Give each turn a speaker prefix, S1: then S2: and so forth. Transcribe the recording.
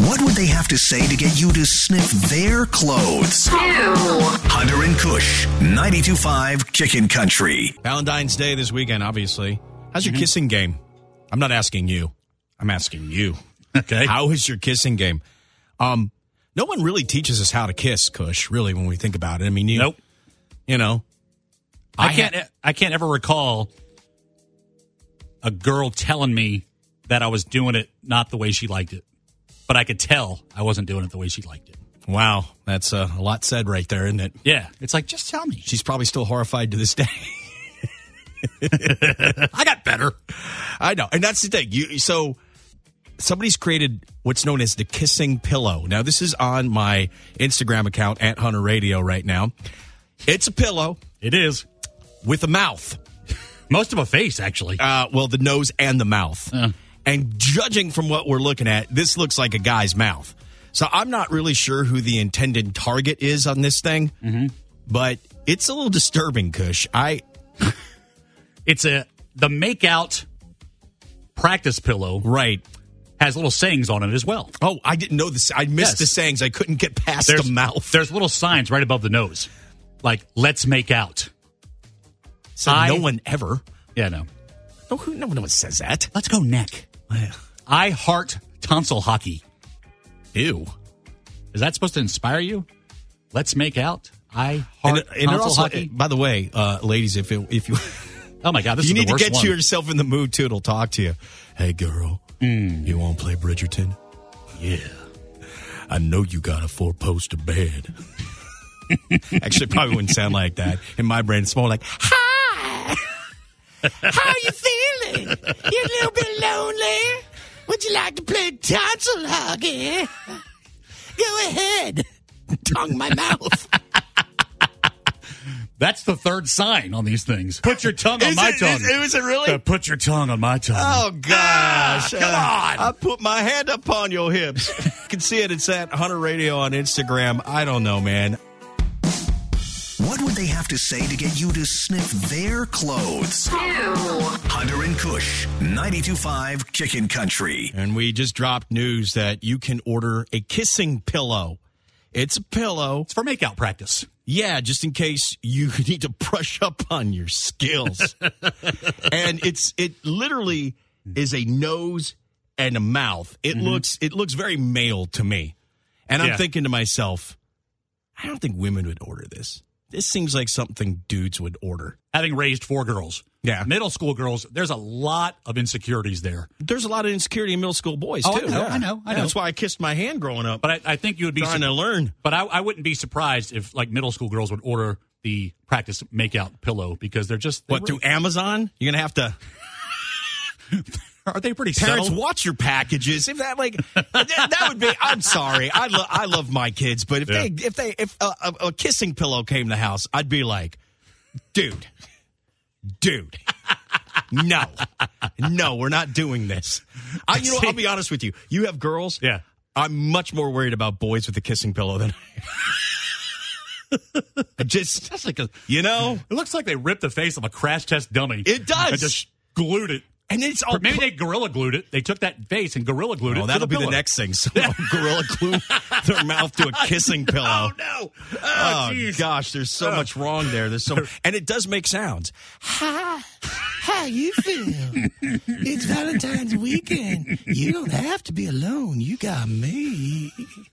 S1: What would they have to say to get you to sniff their clothes? Hunter and Kush, 92.5 Chicken Country.
S2: Valentine's Day this weekend, obviously. How's
S3: Mm-hmm.
S2: your kissing game? I'm not asking you. I'm asking you.
S3: Okay.
S2: How is your kissing game? Um, no one really teaches us how to kiss, Kush, really, when we think about it. I mean, you,
S3: Nope.
S2: you know,
S3: I
S2: ha-
S3: can't. e-, I can't ever recall a girl telling me that I was doing it not the way she liked it, but I could tell I wasn't doing it the way she liked it.
S2: wow, that's uh, a lot said right there, isn't it?
S3: Yeah, it's like just tell me.
S2: She's probably still horrified to this day. I got better. I know. And that's the thing. You so somebody's created what's known as the kissing pillow. Now this is on my Instagram account at Hunter Radio right now. It's a pillow
S3: It is
S2: with a mouth.
S3: most of a face actually.
S2: Uh, well, the nose and the mouth. And judging from what we're looking at, this looks like a guy's mouth. So I'm not really sure who the intended target is on this thing,
S3: Mm-hmm.
S2: but it's a little disturbing, Kush. I
S3: It's a the makeout practice pillow
S2: right.
S3: has little sayings on it as well.
S2: Oh, I didn't know this. I missed
S3: Yes.
S2: the sayings. I couldn't get past the mouth.
S3: There's little signs right above the nose, like "Let's make out."
S2: So
S3: I-
S2: no one ever.
S3: Yeah, no.
S2: No, who, no, no one says that.
S3: Let's go neck. I heart tonsil hockey.
S2: Ew.
S3: Is that supposed to inspire you? Let's make out. I
S2: And,
S3: heart
S2: and it
S3: tonsil
S2: also,
S3: hockey.
S2: by the way, uh, ladies, if it, if you
S3: oh my god, this
S2: you
S3: is
S2: need
S3: the
S2: to
S3: worst
S2: get
S3: one.
S2: yourself in the mood too, it'll talk to you. Hey, girl,
S3: Mm.
S2: you want to play Bridgerton?
S3: yeah.
S2: I know you got a four poster bed. Actually, it probably wouldn't sound like that in my brain. It's more like, "Hi, how you feeling? You a little bit lonely? Would you like to play tonsil hockey? Go ahead, tongue my mouth."
S3: That's the third sign on these things. Put your tongue on
S2: Is
S3: my
S2: it-
S3: tongue.
S2: is- is it really?
S3: Uh, put your tongue on my tongue.
S2: Oh gosh!
S3: Ah, come on.
S2: I put my hand upon your hips. you can see it. It's at Hunter Radio on Instagram. I don't know, man.
S1: What would they have to say to get you to sniff their clothes? Hunter and Kush, 92.5 Chicken Country.
S2: And we just dropped news that you can order a kissing pillow. It's a pillow.
S3: It's for makeout practice.
S2: Yeah, just in case you need to brush up on your skills. and it's it literally is a nose and a mouth. It looks it looks very male to me. And I'm
S3: Mm-hmm. Yeah.
S2: thinking to myself, I don't think women would order this. This seems like something dudes would order.
S3: Having raised four girls,
S2: Yeah.
S3: middle school girls, there's a lot of insecurities there.
S2: There's a lot of insecurity in middle school boys
S3: Oh, I
S2: too.
S3: know, I know, I
S2: Yeah,
S3: know.
S2: That's why I kissed my hand growing up.
S3: But I, I think you would be.
S2: trying to learn.
S3: But I, I wouldn't be surprised if like middle school girls would order the practice makeout pillow because they're just they
S2: What
S3: really-
S2: through Amazon? You're gonna have to
S3: are they pretty
S2: parents
S3: subtle?
S2: watch your packages. If that like that, that would be. I'm sorry. I lo- I love my kids, but if they if they if a, a, a kissing pillow came to the house, I'd be like, dude, dude, no, no, we're not doing this. I you know what, I'll be honest with you. You have girls.
S3: Yeah.
S2: I'm much more worried about boys with a kissing pillow than I. I just
S3: That's like a.
S2: you know
S3: It looks like they ripped the face of a crash test dummy.
S2: It does.
S3: And just glued it.
S2: and it's all
S3: Or maybe they gorilla glued it. They took that face and gorilla glued
S2: Oh,
S3: it. to
S2: that'll
S3: the
S2: be the
S3: pillow.
S2: next thing. Someone gorilla glue their mouth to a kissing pillow.
S3: Oh no!
S2: Oh,
S3: Oh, jeez.
S2: gosh, there's so much wrong there. There's so, and it does make sounds. Hi, how you feel? it's Valentine's weekend. You don't have to be alone. You got me.